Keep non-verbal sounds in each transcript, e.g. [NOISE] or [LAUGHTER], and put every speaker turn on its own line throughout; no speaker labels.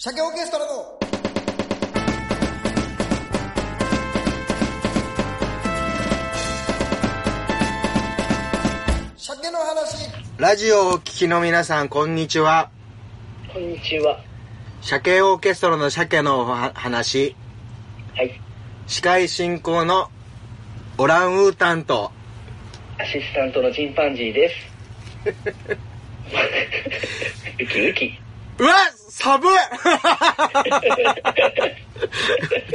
鮭オーケストラの鮭の話
ラジオをお聞きの皆さん、こんにちは。
こんにちは。
鮭オーケストラの鮭のおは話、
はい。
司会進行のオランウータンと、
アシスタントのチンパンジーです。ウキウキ。
うわ寒い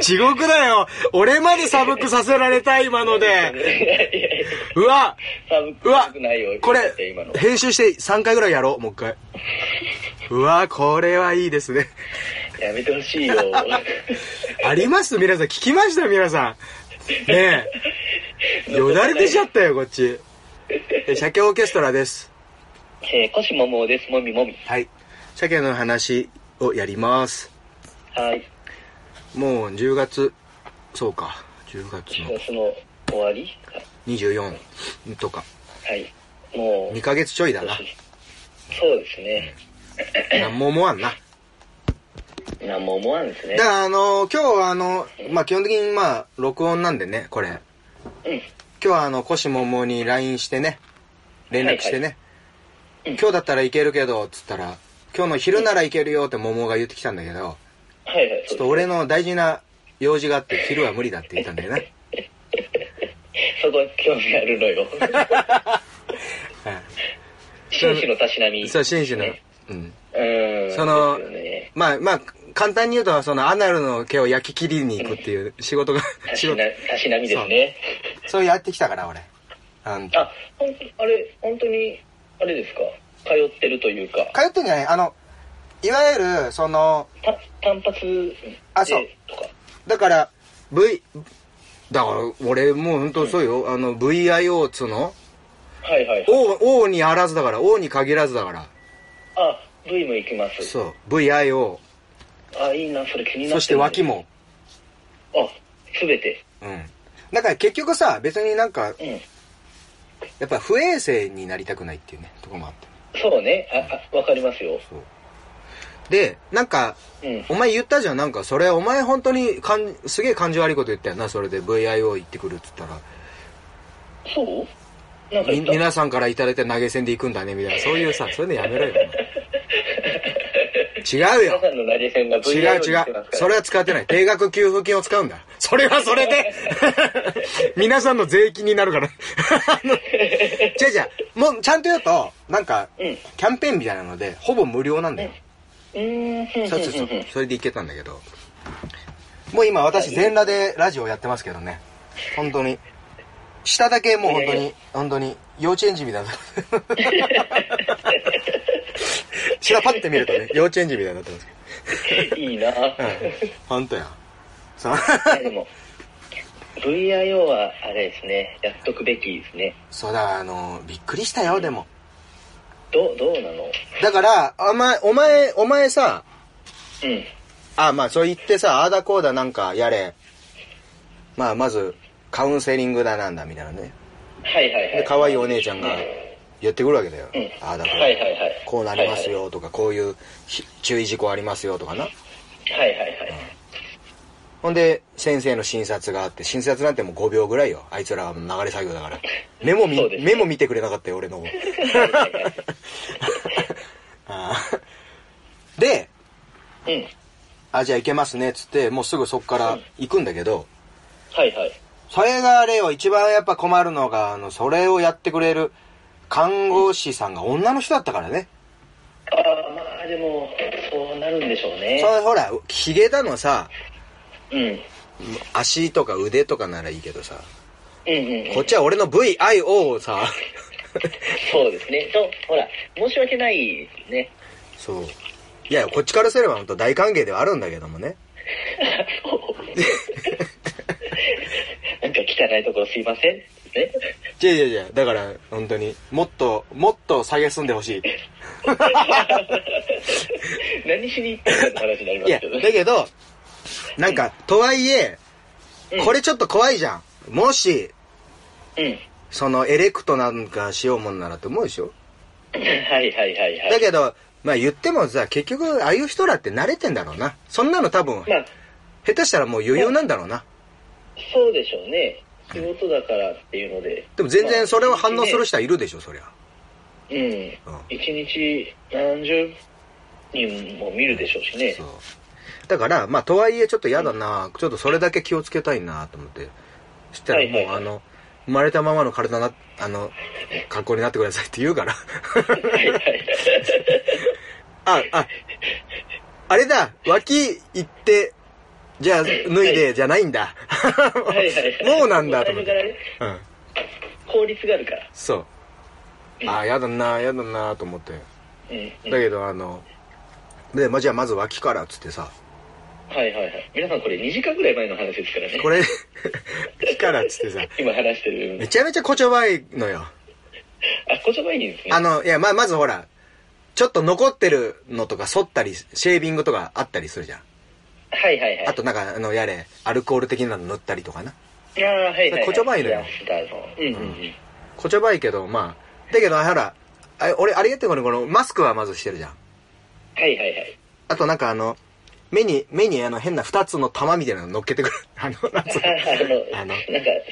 [LAUGHS] 地獄だよ俺まで寒くさせられた、今の
い
で。
やいやいや
うわ
寒く
うわ
寒くないよ。
これ
今の、。
編集して3回ぐらいやろう、もう一回。うわこれはいいですね。
やめてほしい
[LAUGHS]
よ。
あります皆さん、聞きました皆さん。ねえ。よだれ出ちゃったよ、こっち。え鮭オーケストラです。
えー、コシモモです。もみもみ。
はい。鮭の話をやります。
はい。
もう10月、そうか。10月
4
の
月の終わり
24とか、
はい。もう
2、ヶ月ちょいだな。
そうですね。
なんも思わんな。
なんも思わんですね
だか。らあの、今日はあの、まあ、基本的にまあ、録音なんでね、これ。
うん。
今日はあの、コシモモに LINE してね、連絡してね、
うん
今日だったらいけるけど、つったら、今日の昼ならいけるよって桃が言ってきたんだけど、
はいはい。
ちょ
そ
っ
う
と俺の大事な用事があって、昼は無理だって言ったんだよね。
そこ興味ある
[LAUGHS]
のよ。
は
紳士のたしなみ。
い。そう、紳士の
ね。
うん。
うん。
その
ですよね
まあまあ、簡単に言うと、そのアナルの毛を焼き切りに行くっていう仕事が、
た
仕
し
事
な、たしなみですね。
そうやってきたから、俺。あの通
あ、ほんあれ、本当に、あれですか通ってるというか、
ってんじゃないあの、いわゆる、その、
た単発で
あそう
とか。
だから、V、だから、俺もう本当そうよ、あの、VIO っつうの
はいはいはい。
王、王にあらずだから、王に限らずだから。
あ、V も行きます。
そう、VIO。
あ、いいな、それ気になってる
そして脇。も。
あ、すべて。
うん。だから結局さ、別になんか、
うん。
やっぱ不衛生になりたくないっていうね、とこもあって。
そうね。あ、あわかりますよ。
そう。で、なんか、
うん。
お前言ったじゃん、なんか、それ、お前本当にかん、すげえ感じ悪いこと言ったよな、それで VIO 行ってくるって言ったら、
そうなんか
み
言 [LAUGHS] っ
[LAUGHS]
た
皆さんからいただいた投げ銭で行くんだね、みたいな、そういうさ、そういうのやめろよ。お前違う
皆
よ。
さんの投げ銭が
違う
V
違う。それは使ってない。定額給付金を使うんだ。それはそれで [LAUGHS] 皆さんの税金になるから。 [LAUGHS] あの違う違う。もう、ちゃんと言うと、なんか、
うん
キャンペーンみたいなので、ほぼ無料なんだよ。
うーん、
そうそうそう
ふんふんふんふ
[LAUGHS]
ん。
それでいけたんだけど。もう今私全裸でラジオやってますけどね。本当に。下だけもう本当
いやい
に、本当に、幼稚園児みたいになってます。下パッて見るとね、幼稚園児みたいになってます
[LAUGHS] いいな。
けど。本当や。そう
いやでも、VIO は、あれですね、やっとくべきですね。
そうだ、あの、びっくりしたよ、でも。
どう、どうなの
だから、お前、お前、お前さ、
うん。
あ、まあ、そう言ってさ、ああだこうだなんかやれ。まあ、まず、カウンセリングだなんだ、みたいなね。
はいはいは
で
い。
可愛いお姉ちゃんが言ってくるわけだよ、
うん
ああだから、
はいはいはい
こうなりますよとか、こういうひ注意事項ありますよとかな
はいはいはい。
ほんで先生の診察があって診察なんてもう5秒ぐらいよあいつらはもう流れ作業だ
[LAUGHS]
からメモ見、
そうですね
メモ見てくれなかったよ俺の [LAUGHS] あーで
うん。
あじゃあ行けますねっつってもうすぐそこから行くんだけど、
はいはい。
それがあれよ一番やっぱ困るのがあのそれをやってくれる看護師さんが女の人だったからね、
ああ、まあでも、そうなるんでしょうね
そ。れほらヒゲだのさ
うん。うん
足とか腕とかならいいけどさ、
うんうん。
こっちは俺の VIO をさ、 [LAUGHS]
そうですね。そう、ほら、申し訳ないね。 [LAUGHS]
そう。いや、こっちからすれば本当大歓迎ではあるんだけどもね。
そう。なんか汚いところすいません。ね。 [LAUGHS]
いやいやいや、だから本当にもっと、もっと下げすんでほしい。
何しに行ったのって話になりま
いや、
すけどね。
だけど、なんか、とはいえ、これちょっと怖いじゃん。もし、
うん。
そのエレクトなんかしようもんならって思うでしょ
はいはいはいはい。
だけど、まあ言ってもさ、結局、ああいう人らって慣れてんだろうな。そんなの多分、
まあ、
下手したらもう余裕なんだろうな。
そうでしょうね。仕事だからっていうので。
でも全
まあ
然それを反応する
一
人はいるでしょ、そりゃ。
日ね
うん
うん。一日何十人も見るでしょうしね
そう。。だから、まあとはいえちょっと嫌だな、ちょっとそれだけ気をつけたいなと思って。そしたらもう、
はいはいはい
あの、生まれたままの体な、あの、格好になってくださいって言うから。
はいはい。
[LAUGHS] あ、あ、あれだ、脇行って、じゃあ、脱いで、じゃないんだ。
[LAUGHS] はいはいはい
[LAUGHS] もうなんだ、と思っ
もう
て
最初。
うん。
効率があるから。
そう。あ、やだな、やだな、と思って。
うん、うん。
だけど、あの、で、まあ、じゃあ、まず脇から、つってさ、
はいはいはい。皆さんこれ2時間ぐらい前の話ですからね。
これ、脇から、つってさ、
今話してる。
めちゃめちゃ誇張ばいのよ。
あ、こちょばいいんですね。
あの、いや、まあ、まずほら、ちょっと残ってるのとか、剃ったり、シェービングとかあったりするじゃん。
はいはいはい。
あと、なんか、あの、やれ、アルコール的なの塗ったりとかな。
いやー、はいはい、はい。
こちょばいのよ
やスターのうんうんうん。
こちょばいけど、まあ、だけど、ほら、あれ俺、ありがてこの、この、マスクはまずしてるじゃん。
はいはいはい。
あと、なんかあの、目に、目にあの、変な二つの玉みたいなの乗っけてくる。あの、なんつうの [LAUGHS]
あの、
あの
なんか、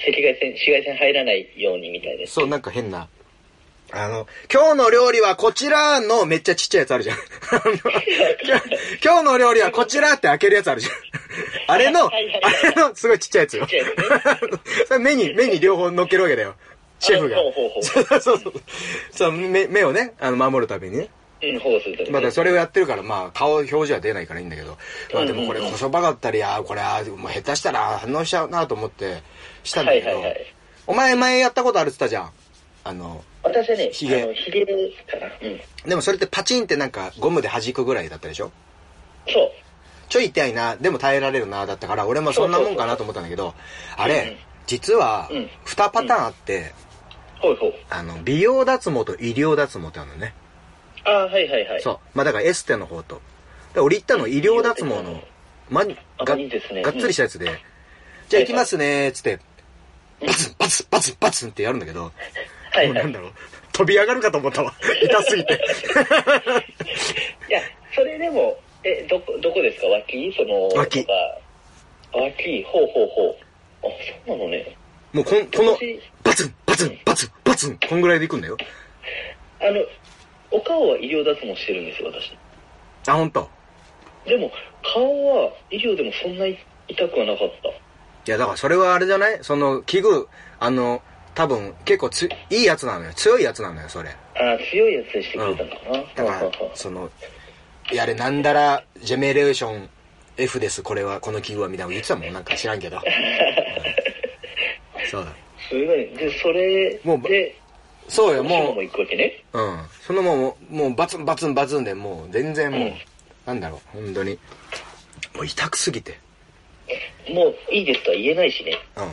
赤外線、紫外線入らないようにみたいです。
そう、なんか変な。あの、今日の料理はこちらのめっちゃちっちゃいやつあるじゃん。あ [LAUGHS] の今日今日の料理はこちらって開けるやつある
[LAUGHS]
じゃん。あれの、あ
はいはいはい
れのすごいちっちゃいやつよ
ちっちゃい。
[LAUGHS] それ目に、目に両方乗っけるわけだよ。シェフが
あほうほうほ。う
[LAUGHS] そうそうそう。そう目目をね、あの、守るためにね。
うん、保護するとね
まあ、だからそれをやってるから、まあ、顔、表情は出ないからいいんだけど、まあ、でもこれ、
うんうんうん
こそばかったり、ああ、これ、ああ、もう下手したら反応しちゃうなと思って、したんだけど、
はいはいはい
お前、前やったことあるって言ったじゃん。あの、
私はね、
ひげ
あのひげかな。うん。
でもそれってパチンってなんか、ゴムで弾くぐらいだったでしょ
そう。
ちょい痛いな、でも耐えられるな、だったから、俺もそんなもんかなと思ったんだけど、あれ、実は
うん、
2パターンあって、
ほいほい。
あの、美容脱毛と医療脱毛ってあるのね。
ああ、はいはいはい。
そう。まあだからエステの方と。で俺行ったの医療脱毛の、ま、が
あ
が
いいですね
っつりしたやつで、じゃあ行きますねーっつって、バツンバツンバツンバツンってやるんだけど、
はい
もうな
は。
いん
い
だろう、飛び上がるかと思った
[LAUGHS]
わ。痛すぎて。 [LAUGHS]
や、それでも、え、どこ、どこですか脇その、
脇
とか脇、ほうほうほう。あ、そうなのね。
もうこんこの
私、
バツンバツンバツンバツン、こんぐらいで行くんだよ。
あの、お顔は医療脱毛してるんですよ、私。
あ、ほんと。
でも、顔は医療でもそんなに痛くはなかった。
いや、だからそれはあれじゃないその器具、あの、多分結構つ、いいやつなのよ。強いやつなのよ、それ。
ああ、強いやつにしてくれたのかな。
だか
はは
ら
は、
その、いやあれ、なんだら、ジェネレーション F です、これは、この器具は、みたいなの言ってたもん、なんか知らんけど。うんそうだ。
すごい。で、それ
もう
で、
そうよ、
も
も
も行くわけね。
う、うん。そのもう、もう、バツンバツンバツンで、もう、全然もう、
うん
なんだろう、本当に。もう、痛くすぎて。
もういいですとは言えないしね。
うん。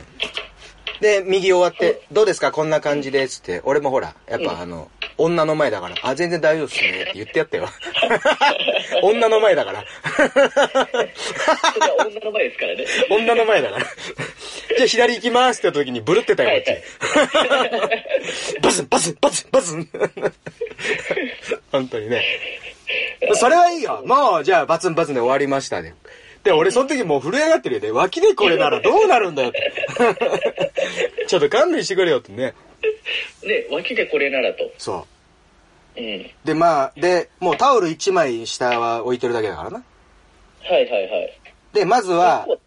で、右終わって、どうですかこんな感じですって。俺もほら、やっぱあの、女の前だから、あ、全然大丈夫っすねって言ってやったよ。 [LAUGHS] 女の前だから。
それは女の前ですか
[LAUGHS]
らね。
女の前だから。じゃあ左行きますって言った時にブルってたよ、こっち。バ [LAUGHS] ズン、バズン、バズン、バズン。本当にね。それはいいよ。もう、じゃあバツンバツンで終わりましたね。で、俺その時もう震え上がってるよね。脇でこれならどうなるんだよって。 [LAUGHS] ちょっと勘弁してくれよってね。
ね、脇でこれならと。
そ
うん。
う。で、まあ、で、もうタオル1枚下は置いてるだけだからな。
はいはいはい。
で、まずは、
ど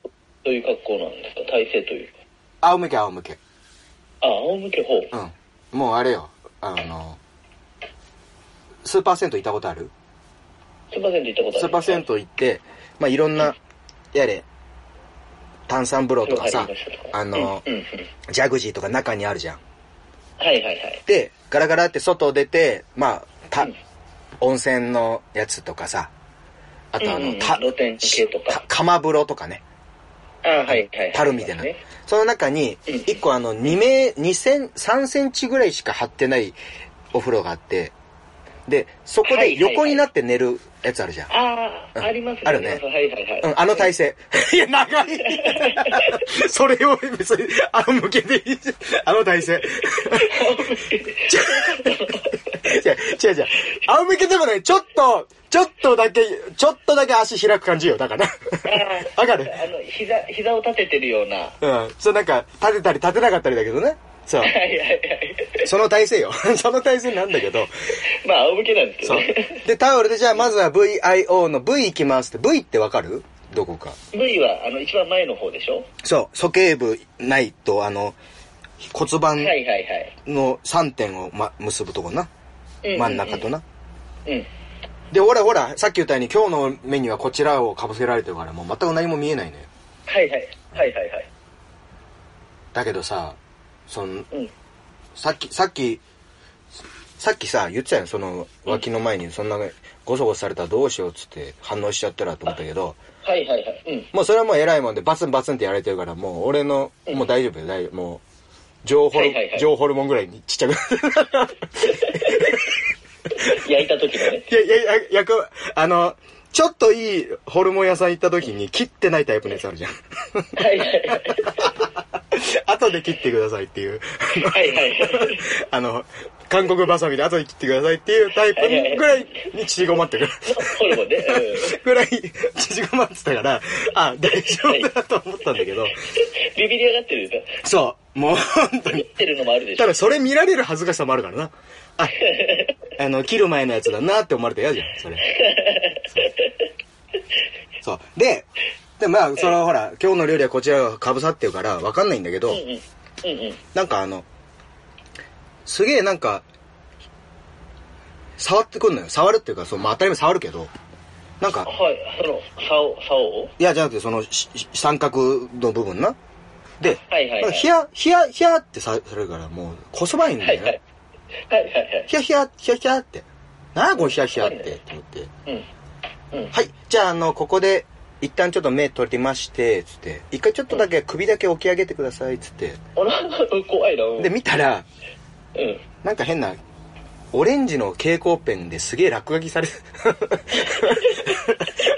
ういう格好なんですか体勢というか。
仰向け仰向け。
あ、仰向け方。
うん。もうあれよ。あの、スーパー銭湯行ったことある
スーパーセント行ったことある
スーパー銭湯行って、まあ、いろんな、やれ、炭酸風呂とかさ、あの
う、んうんうん。
ジャグジーとか中にあるじゃん。
はいはいはい。
で、ガラガラって外出て、まあ、た
うん、
温泉のやつとかさ、あとあ
うんうんう
の、
ん
た
露天系とか
釜風呂とかね。
あ、はいはいはい。
樽みたいな
ね。
その中に、
うん
一個あの、2名、2セン、3センチぐらいしか張ってないお風呂があって、で、そこ
はい
で
はいはい
横になって寝るやつあるじゃん。
ああ、
うん
ありますね。
あるね
りますはいはいはい。
うん、あの体勢。いや、長い [LAUGHS] それを別に、あの向けでいいじゃん。あの体勢。違う違う違う。あお向けでもね、ちょっと、ちょっとだけ、ちょっとだけ足開く感じよ。だから。
あ
わかる
あの、膝、膝を立ててるような。 [LAUGHS] は
うん。そうなんか、立てたり立てなかったりだけどね。そう。
[LAUGHS] いはいはい。
その体勢よ。 [LAUGHS] その体勢なんだけど。
まあ、仰向けなんですけど
そう
ね。。
で、タオルで、じゃあまずは VIO の V いきますって。V ってわかるどこか。
V は、あの、一番前の方でしょ
そう。鼠径部ないと、あの、骨盤
はいはいはい。
の3点を、ま、結ぶとこな。
うん
真ん中とな。
うん。
で、俺ほら、さっき言ったように今日のメニューはこちらをかぶせられてるから、もう全く何も見えないのよ。
はいはい。はいはいはい。
だけどさ、その、
うん。
さっき、さっき、さっきさ、言ってたよ、その、脇の前に、そんな、ごそごそされたらどうしようっつって反応しちゃったらと思ったけど、
はいはいはい。うん。
もうそれはもう偉いもんで、バツンバツンってやられてるから、もう俺の、
うん
もう大丈夫よ、大丈夫。もう、情ホル、
はいはいはい
情ホルモンぐらいにちっちゃく。 [LAUGHS]
焼いた時のね。
いやいやいや、やく、あの、ちょっといいホルモン屋さん行った時に切ってないタイプのやつあるじゃん。 [LAUGHS]
はいはいはい。
後で切ってくださいっていう。
はい
[LAUGHS]
はい。
あの、韓国バサミで後で切ってくださいっていうタイプぐらいに縮こまってくる。 [LAUGHS]
ホルモンね。うん。
ぐらい縮こまってたから、あ、大丈夫だと思ったんだけど、
ビビり上がってるで
そう、もう本当に。
ってるのもあるでしょ
た。だそれ見られる恥ずかしさもあるからな。あ、あの、切る前のやつだなって思われたら嫌じゃん、それ。そう。そうで、で、まあ、そのほら、今日の料理はこちらがかぶさってるから、わかんないんだけど、
うんうん。うんうん。
なんかあの、すげえなんか、触ってくんのよ。触るっていうか、その、まあ当たり前触るけど、なんか、
はい。その、竿、竿を
いや、じゃなくて、その、しし三角の部分な。で、
はいはいはい
なんかヒヤ、ヒヤ、ヒヤってさされるから、もう、こそばいんだ
はい
よ
は
ね
い。。はいはいはい。
ヒヤヒヤ、ヒヤヒヤって。なあ、このヒヤヒヤって、って思って。
うん。うん。
はい、じゃあ、あの、ここで、一旦ちょっと目取りまして、つって、一回ちょっとだけ首だけ起き上げてください、つって。
おな怖いな。うん
で、見たら、
うん。
なんか変な、オレンジの蛍光ペンですげえ落書きされ、 [LAUGHS]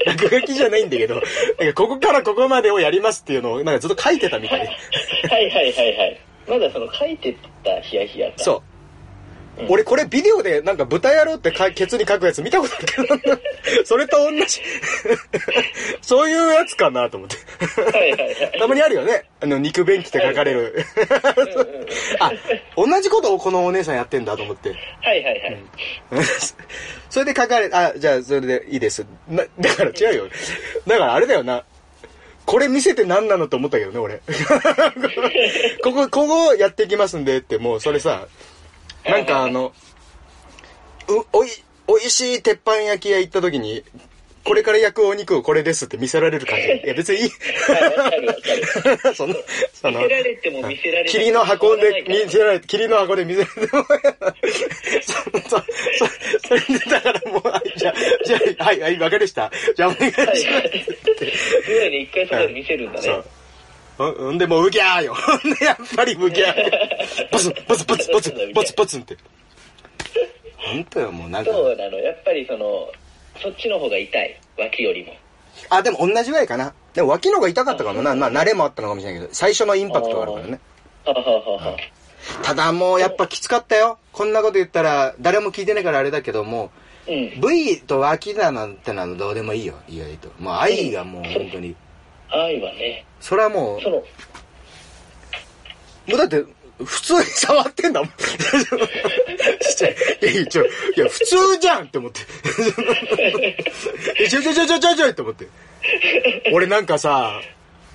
落書きじゃないんだけど、なんかここからここまでをやりますっていうのを、なんかずっと書いてたみたい。
はいはいはいはい。まだその書いてたヒヤヒヤが。
そう。俺これビデオでなんか豚野郎ってかケツに書くやつ見たことあるけど、それと同じ。そういうやつかなと思って。
はいはいはい。
たまにあるよね。あの、肉便器って書かれる。 [LAUGHS] あ、同じことをこのお姉さんやってんだと思って。
はいはいはい。
[LAUGHS] それで書かれ、あ、じゃあそれでいいです。な、だから違うよ。だからあれだよな。これ見せて何なのと思ったけどね、俺。 [LAUGHS] ここ、ここやっていきますんでって、もうそれさ、なんかあの、う、おい、おいしい鉄板焼き屋行った時に、これから焼くお肉をこれですって見せられる感じ。いや別にいい。
はい、わかるわか
[LAUGHS]
る。
その、その、
見せられても見せられない。
霧の箱で
変わらない
見せられて、霧の箱で見せられてもそそそそれでだからもう、はいじゃあ、じゃあ、はい、はい、わかりました。じゃあお願いしま
から。はい
す。
はい。ぐらいに一回そこで見せるんだね。
そう。ほんで、もう、うぎゃーよ。ほんで、やっぱりうぎゃーよ。バツン、バツン、バツン、バツン、バツン、バツンって。ほんとよ、もうなんか。
そうなの。やっぱりその、そっちの方が痛い。脇よりも。
あ、でも同じぐらいかな。でも脇の方が痛かったかもな。まあ、慣れもあったのかもしれないけど、最初のインパクトがあるからね。
はははは。
ただもう、やっぱきつかったよ。こんなこと言ったら、誰も聞いてないからあれだけども、
うん。
V と脇だなんてのはどうでもいいよ意外ともう愛がもう本当に
愛はね、
それはも
その、
うもうだって普通に触ってん [LAUGHS] だもんちっちゃいいやいやちょいや普通じゃんって思ってえちょちょちょちょちょちょいって思って俺なんかさ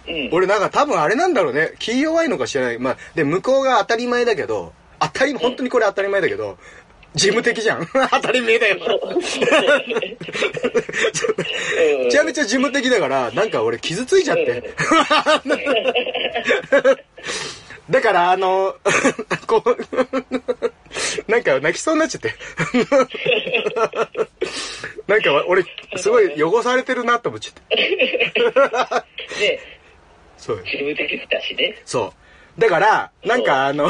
うん。
俺なんか多分あれなんだろうね気弱いのか知らないまあで向こうが当たり前だけど当たり本当にこれ当たり前だけど事務的 [LAUGHS] じゃん当たり前だよ [LAUGHS] めちゃめちゃ事務的だから、なんか俺傷ついちゃって。だから、あの、 [LAUGHS] こう、なんか泣きそうになっちゃって。 [LAUGHS] なんか俺、すごい汚されてるなと思っちゃって。
ね、
そう。
自分的だしね。
そう。だから、なんかあの、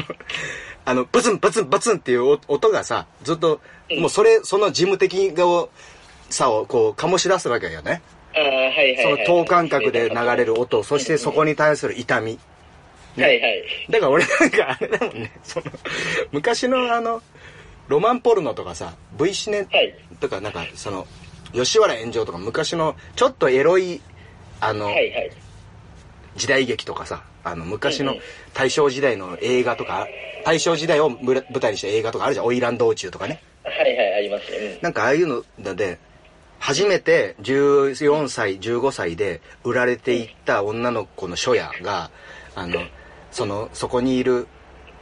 [LAUGHS] あの、ブツンブツンブツンっていう音音がさ、ずっと、もうそれ、その事務的をさをこう醸し出すわけよね。
ああ、はいはい
そ
は
の
い。
等間隔で流れる音、そしてそこに対する痛み。
はいはい。
だから俺なんかあれだもんね、その、昔のあの、ロマンポルノとかさ、V シネ
はい
とかなんかその、吉原炎上とか昔のちょっとエロい、あの、
はいはい。
時代劇とかさあの昔の
うんうん
大正時代の映画とか大正時代をむら舞台にした映画とかあるじゃん「花魁道中」とかね
はいはい、ありますね。
なんかああいうので初めて14歳15歳で売られていった女の子の書屋があのそのそこにいる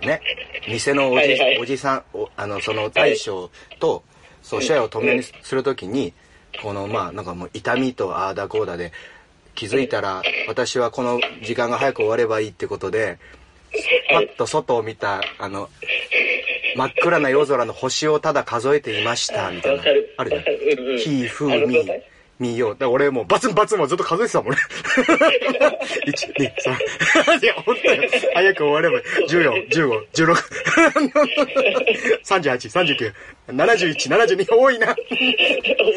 ね店のおじ,、
はいはい
おじさんおあのその大将とそう書屋を共にするときにこのまあなんかもう痛みとああだこうだで気づいたら私はこの時間が早く終わればいいってことでパッと外を見たあの真っ暗な夜空の星をただ数えていましたみたいな
わかる
あるじゃん
わかるうんうん
「ひーふ
あ
ー
の
み
状
ー
態」
見よう。だから俺もうバツンバツンもずっと数えてたもんね。1、2、3。いや、本当に。早く終わればいい。14、15、16、38、39、71、72。多いな。
うん。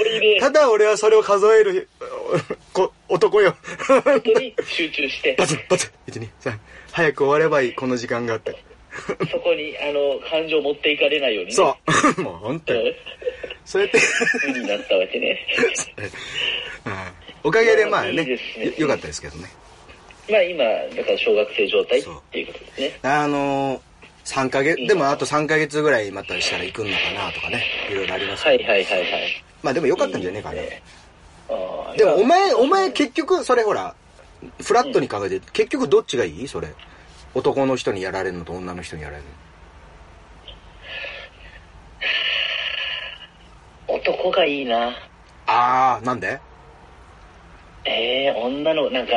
俺いね、
ただ俺はそれを数える、こ男よ。
本当に集中して
バ、ツン、バツン。1、2、3。早く終わればいい、この時間があって。
そこに、あの、感情持っていかれないようにね。
そう。 [LAUGHS] もう本当
う
に
ん。。
そうやって。
無になったわけね。
うんおかげでまあ
いやいい
ね
ですね、
よかったですけどね。
まあ今、だから小学生状態っていうことですね。
あのー、3ヶ
い
月、
い
でもあと3ヶ月ぐらいまたしたら行くのかなとかね、いろいろありますけ
は
ど。
いはいはいはい。
まあでもよかったんじゃねえかな。
いい
で
ねああ
もお前、お前結局それほら、フラットに考えて、結局どっちがいいそれ。男の人にやられるのと女の人にやられるの。
男がいいな。
あー、なんで
ええ女の、なんか、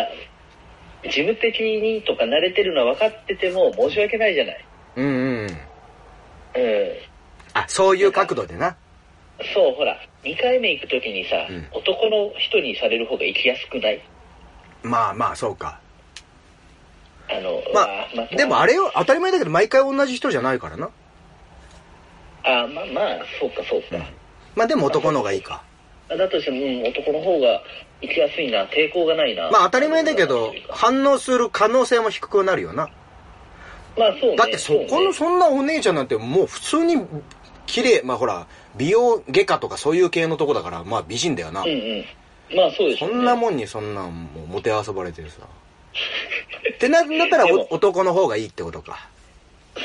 事務的にとか慣れてるのは分かってても申し訳ないじゃない。
うんうんうん。
うん。
あ、そういう角度でな。
そう、ほら、2回目行くときにさ、
うん
男の人にされる方が行きやすくない
まあまあ、そうか。
あの、
ま
うわま
あ、でもあれよ、当たり前だけど毎回同じ人じゃないからな。
あ、まあまあ、そうかそうか。
まあでも男の方がいいか。
だとしても、うん、男の方が行きやすいな、抵抗がないな。
まあ当たり前だけど、反応する可能性も低くなるよな。
まあそうね。
だってそこの
そうね
そんなお姉ちゃんなんてもう普通に綺麗まあほら美容外科とかそういう系のとこだからまあ美人だよな、
うんうん。まあそうでし
そ
ょうね、
んなもんにそんなんもうもてあそばれてるさってななったら
でも
お男の方がいいってことか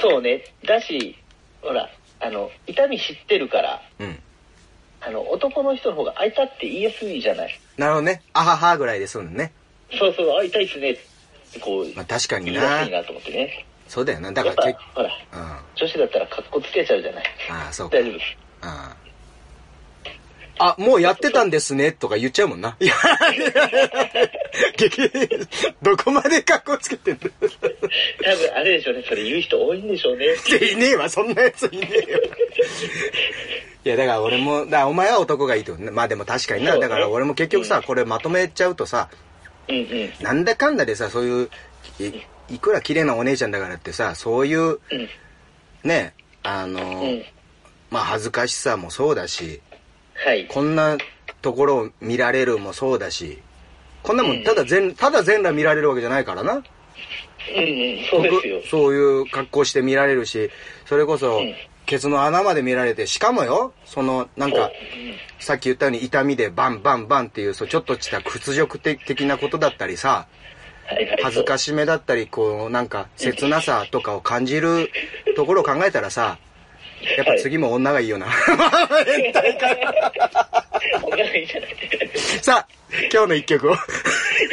そうね。だし、ほら、あの、痛み知ってるから、
うん
あの、男の人の方が、あ、痛って言いやすいじゃない。
なるほどねあははぐらいですんね
そうそう、あ、痛いっすね。こう、
まあ確かに
言いや
な
すいなと思ってね。
そうだよなだか
やっぱ
らけ、
ほら、
うんあ
女子だったら格好つけちゃうじゃない。
あそうか
大丈夫です。
ああ、もうやってたんですね、とか言っちゃうもんな。いや、激、どこまで格好つけてんだ
多分あれでしょうね、それ言う人多いんでしょうね。
いねえわ、そんなやついねえよ。いや、だから俺も、だからお前は男がいいと。まあでも確かにな、
そうね
だから俺も結局さ、これまとめちゃうとさ、
うんうん。
なんだかんだでさ、そういう、いいくら綺麗なお姉ちゃんだからってさ、そういう、
うん。
ね、あの、
うん。
まあ恥ずかしさもそうだし、
はい。
こんなところを見られるもそうだし、こんなもん、ただ全、ただ全裸見られるわけじゃないからな。
うんうん、そうですよ。
そういう格好して見られるし、それこそ
うん、
ケツの穴まで見られて、しかもよ、その、なんか、さっき言ったように痛みでバンバンバンっていう、そうちょっとした屈辱的的なことだったりさ、
はいはい。
恥ずかしめだったり、こう、なんか、切なさとかを感じるところを考えたらさ、やっぱ次も女がいいよな。 [LAUGHS]
そう。お腹いいじゃない。
さあ、今日の一曲を。
い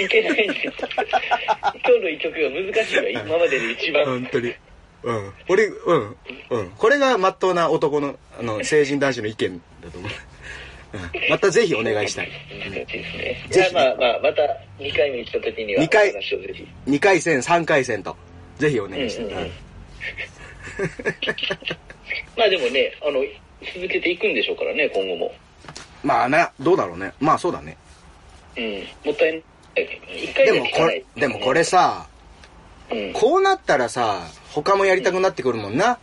けないんですよ。今日の一曲が難しいわ、今までで一番。
本当に。うん。俺、うん。うん。これが真っ当な男の、あの、成人男子の意見だと思う。うんまたぜひお願いしたい。
難しいですね。
ぜ
じゃ
ひ
あまあまあ、また2回目来た時には、
二回
話をぜひ。
2回戦、3回戦と。ぜひお願いしたい。
うんうんうん
うん
まあでもね、あの、続けていくんでしょうからね、今後も。
まあな、どうだろうね。まあそうだね。
うん。もったいない。一回
で
目
も
は聞
こ
かない
れ、でもこれさ、
うん、
こうなったらさ、他もやりたくなってくるもんな。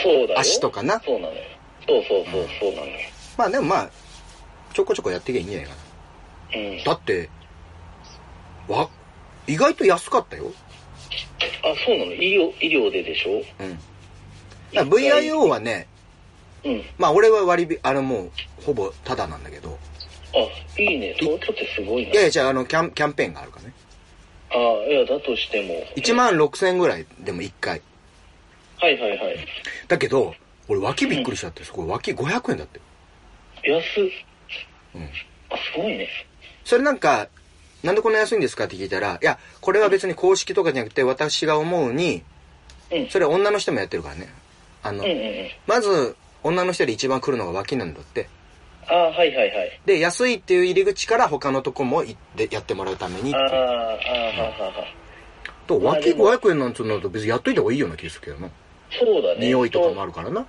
そうだよ。
足とかな
そうなのよ。そうそうそう、そうなのよ。
まあでもまあ、ちょこちょこやっていけばいいんじゃないか
うん
な。だって、わ、意外と安かったよ。
あ、そうなの医療、医療ででしょ
うん。だから VIO はね、
うん。
まあ俺は割引、あれもうほぼタダなんだけど、
あ、いいね。東京ってすごい
いやい
な。
や、じゃああのキャン、キャンペーンがあるからね。
あいや、だとしても。
1万6000円ぐらいでも1回。
はいはいはい。
だけど、俺脇びっくりしちゃって、そこ脇500円だって。
安っ。
うん。
あ、すごいね。
それなんか、なんでこんな安いんですかって聞いたら、いや、これは別に公式とかじゃなくて、私が思うに、
うん。
それは女の人もやってるからね。あの
うん、うんうん。
まず、女の人で一番来るのが脇なんだって。
あはいはいはい。
で、安いっていう入り口から他のとこも行ってやってもらうためにって
ああ、あ
いう。
ははは。
と、
まあ
脇
でも
500円なんつうのだと別にやっといた方がいいような気がするけどな。
そうだね。
匂いとかもあるからな。だか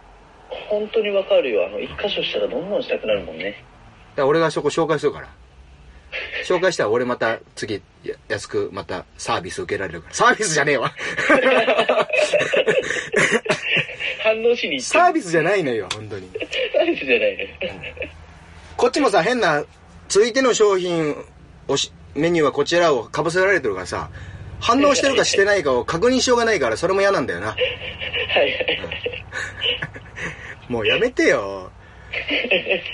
本当にわかるよ。あの、一箇所したらどんどんしたくなるもん
[LAUGHS]
ね。
ら俺がそこ紹介するから。紹介したら俺また次、や安くまたサービス受けられるから。サービスじゃねえわ
反応しに行って
サービスじゃないのよ、本当に。
サービスじゃないね。
こっちもさ、変な、続いての商品、おし、メニューはこちらをかぶせられてるからさ、反応してるかしてないかを確認しようがないから、それも嫌なんだよな。
はいはい。
もうやめてよ。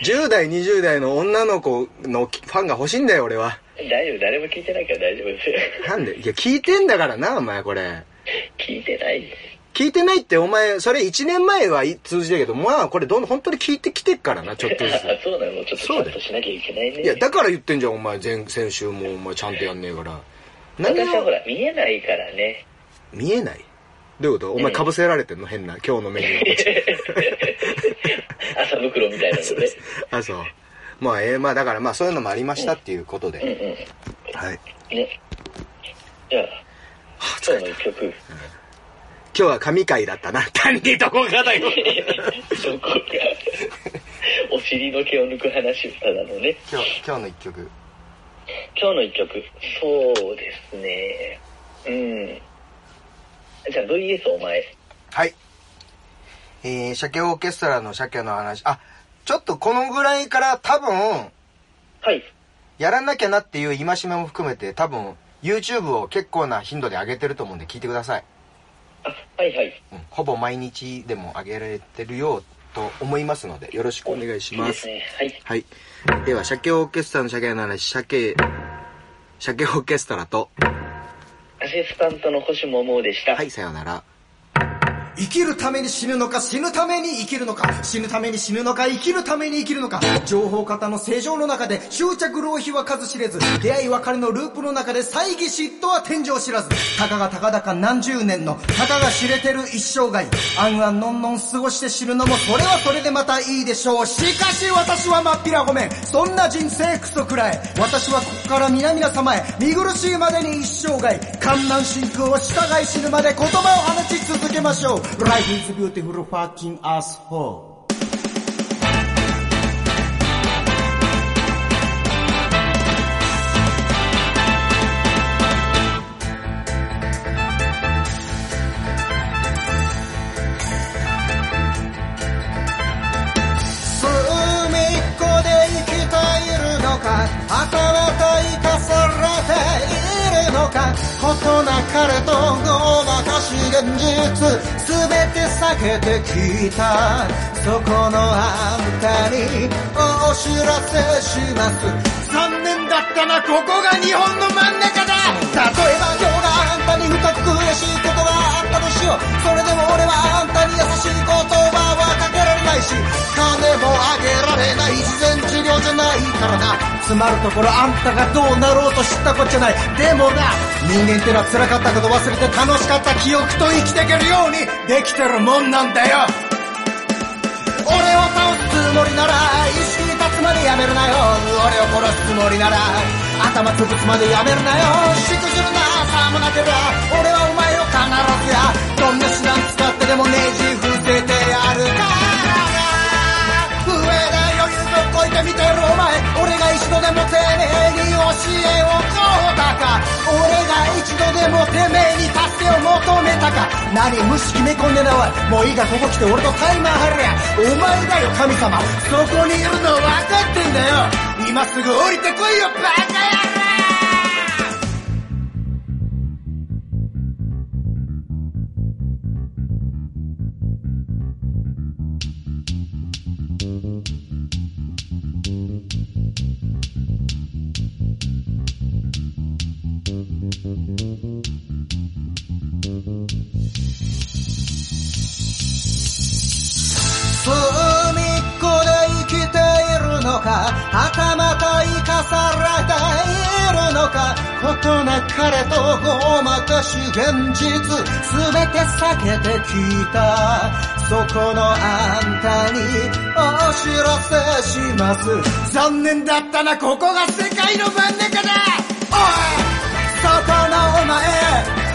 10代、20代の女の子のファンが欲しいんだよ、俺は。
大丈夫、誰も聞いてないから大丈夫ですよ。
なんでいや、聞いてんだからな、お前これ。
聞いてない。
聞いてないって、お前、それ1年前はい通じだけど、まあ、これどんどん本当に聞いてきてっからな、ちょっとず
[LAUGHS] あ、そうなのちょっとち
そ
ゃ
うんだよ
としなきゃいけないね。
つ。いや、だから言ってんじゃん、お前、前、先週も、お前、ちゃんとやんねえから。何
私はほ
を
ら、見えないからね。
見えないどういうことお前、かぶせられてんの変な、今日のメニューこっち。
朝袋みたいなので。
あ、 [LAUGHS] そう。まあ、ええまあ、だから、まあ、そういうのもありましたっていうこと
うん
で。
うん。
はい。
ね。じゃあ、
はあ、疲
今
れ
日
た
の
[LAUGHS]
一曲。
今日は神回だったな。単にどこかだ
[LAUGHS]
よ。
どこか。お尻の毛を抜く話、ただのね。
今日、今日の一曲。
今日の一曲。そうですね。うん。じゃあ、VS お前。
はい。えー、鮭オーケストラの鮭の話。あ、ちょっとこのぐらいから多分、
はい。
やらなきゃなっていう戒めも含めて、多分、YouTube を結構な頻度で上げてると思うんで聞いてください。
あ、はいはい。
うん、ほぼ毎日でも上げられてるようと思いますので、よろしくお願いし
いい
ま
です
す。
ね。はい。
はい。では、鮭オーケストラの鮭の話、鮭、鮭オーケストラと、
アシスタントの星桃でした。
はい、さようなら。
生きるために死ぬのか、死ぬために生きるのか、死ぬために死ぬのか、生きるために生きるのか、情報型の正常の中で、執着浪費は数知れず、出会い別れのループの中で、猜疑嫉妬は天井知らず、たかがたかだか何十年の、たかが知れてる一生涯、あんあんのんのん過ごして知るのも、それはそれでまたいいでしょう。しかし私はまっぴらごめん、そんな人生クソくらえ、私はここから皆々様へ、見苦しいまでに一生涯、観覧進行を従い死ぬまで言葉を放ち続けましょう Life is beautiful fucking asshole 隅っこで生きているのかはたまた生かされているのか事なかれとごまかし現実すべて避けてきたそこのあんたにお知らせします残念だったなここが日本の真ん中だ例えば今日があんたに深く悔しいことがあったとしようそれでも俺はあんたに優しい言葉はかけられないし金もあげられない自然治療じゃないからなつまるところあんたがどうなろうと知ったこっちゃないでもな人間ってのは辛かったこと忘れて楽しかった記憶と生きていけるようにできてるもんなんだよ俺を倒すつもりなら意識立つまでやめるなよ俺を殺すつもりなら頭つぶつまでやめるなよしくじるなさもなけりゃ俺はお前を必ずやどんな手段使ってでもネジ伏せてやるから上だ余裕ぶっこいて見てるお前俺が一度でも丁寧に教えをこうだか俺が一度ででもてめえに助けを求めたか何無視決め込んでなわもういいがここ来て俺とタイマー張れやお前だよ神様そこにいるの分かってんだよ今すぐ降りてこいよバカ野郎隅っこで生きているのかはたまた生かされているのかことなかれとごまかし現実すべて避けてきたそこのあんたにお知らせします残念だったなここが世界の真ん中だおいそこのお前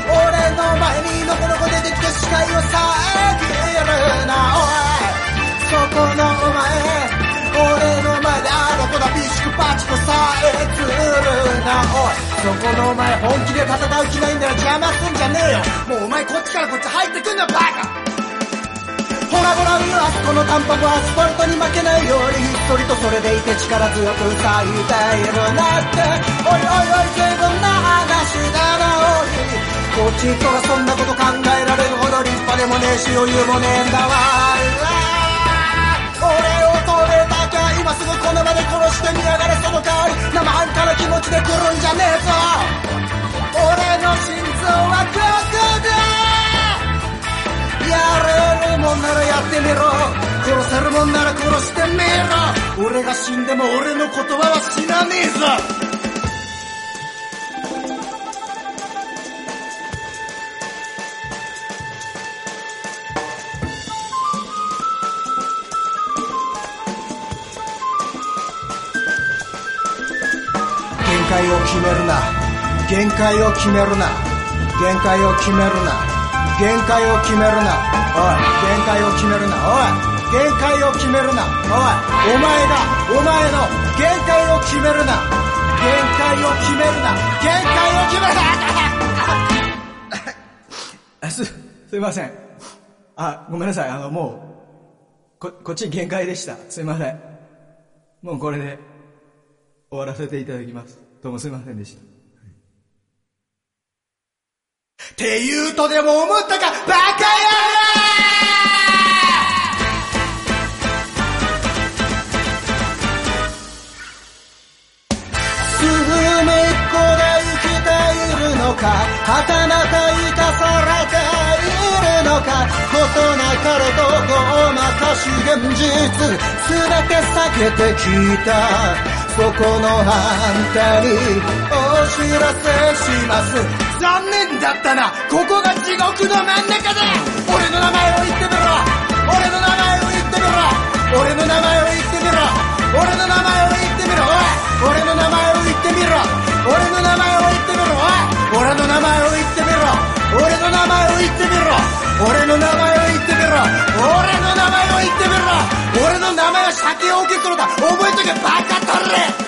俺の前にのこのこ出てきて視界を遮るなおいそこのお前俺の前であの子だビシクパチコさえつるなおいそこのお前本気で戦う気ないんなら邪魔すんじゃねえよもうお前こっちからこっち入ってくんなバカほらほらうわあそこのタンパクはアスファルトに負けないようにひっそりとそれでいて力強く咲いているなっておいおいおい随分な話だなおいこっちとらそんなこと考えられるほど立派でもねえし余裕もねえんだわ俺を止めたきゃ今すぐこの場で殺してみやがれその代わり生半可な気持ちで来るんじゃねえぞ俺の心臓はここだやれるもんならやってみろ殺せるもんなら殺してみろ俺が死んでも俺の言葉は死なねえぞ限界を決めるな限界を決めるな限界を決めるな限界を決めるなおい限界を決めるなおい限界を決めるなおいお前がお前の限界を決めるな限界を決めるな限界を決めるなす [LAUGHS] すいませんあごめんなさいあのもうここっち限界でしたすいませんもうこれで終わらせていただきます。どうもすいませんでした。って言うとでも思ったか、バカやらすぐめっこで生きているのかはたまた生かされているのかことなかれとごまかし現実すべて避けてきたそこのあんたにお知らせします残念だったなここが地獄の真ん中だ俺の名前を言ってみろ俺の名前を言ってみろ俺の名前を言ってみろ俺の名前を言ってみろおい俺の名前を言ってみろ俺の名前を言ってみろおい俺の名前を言ってみろ俺の名前を言ってみろ俺の名前を言ってみろ俺の名前を言ってみろ俺の名前は酒を受け取るだ覚えとけバカたれ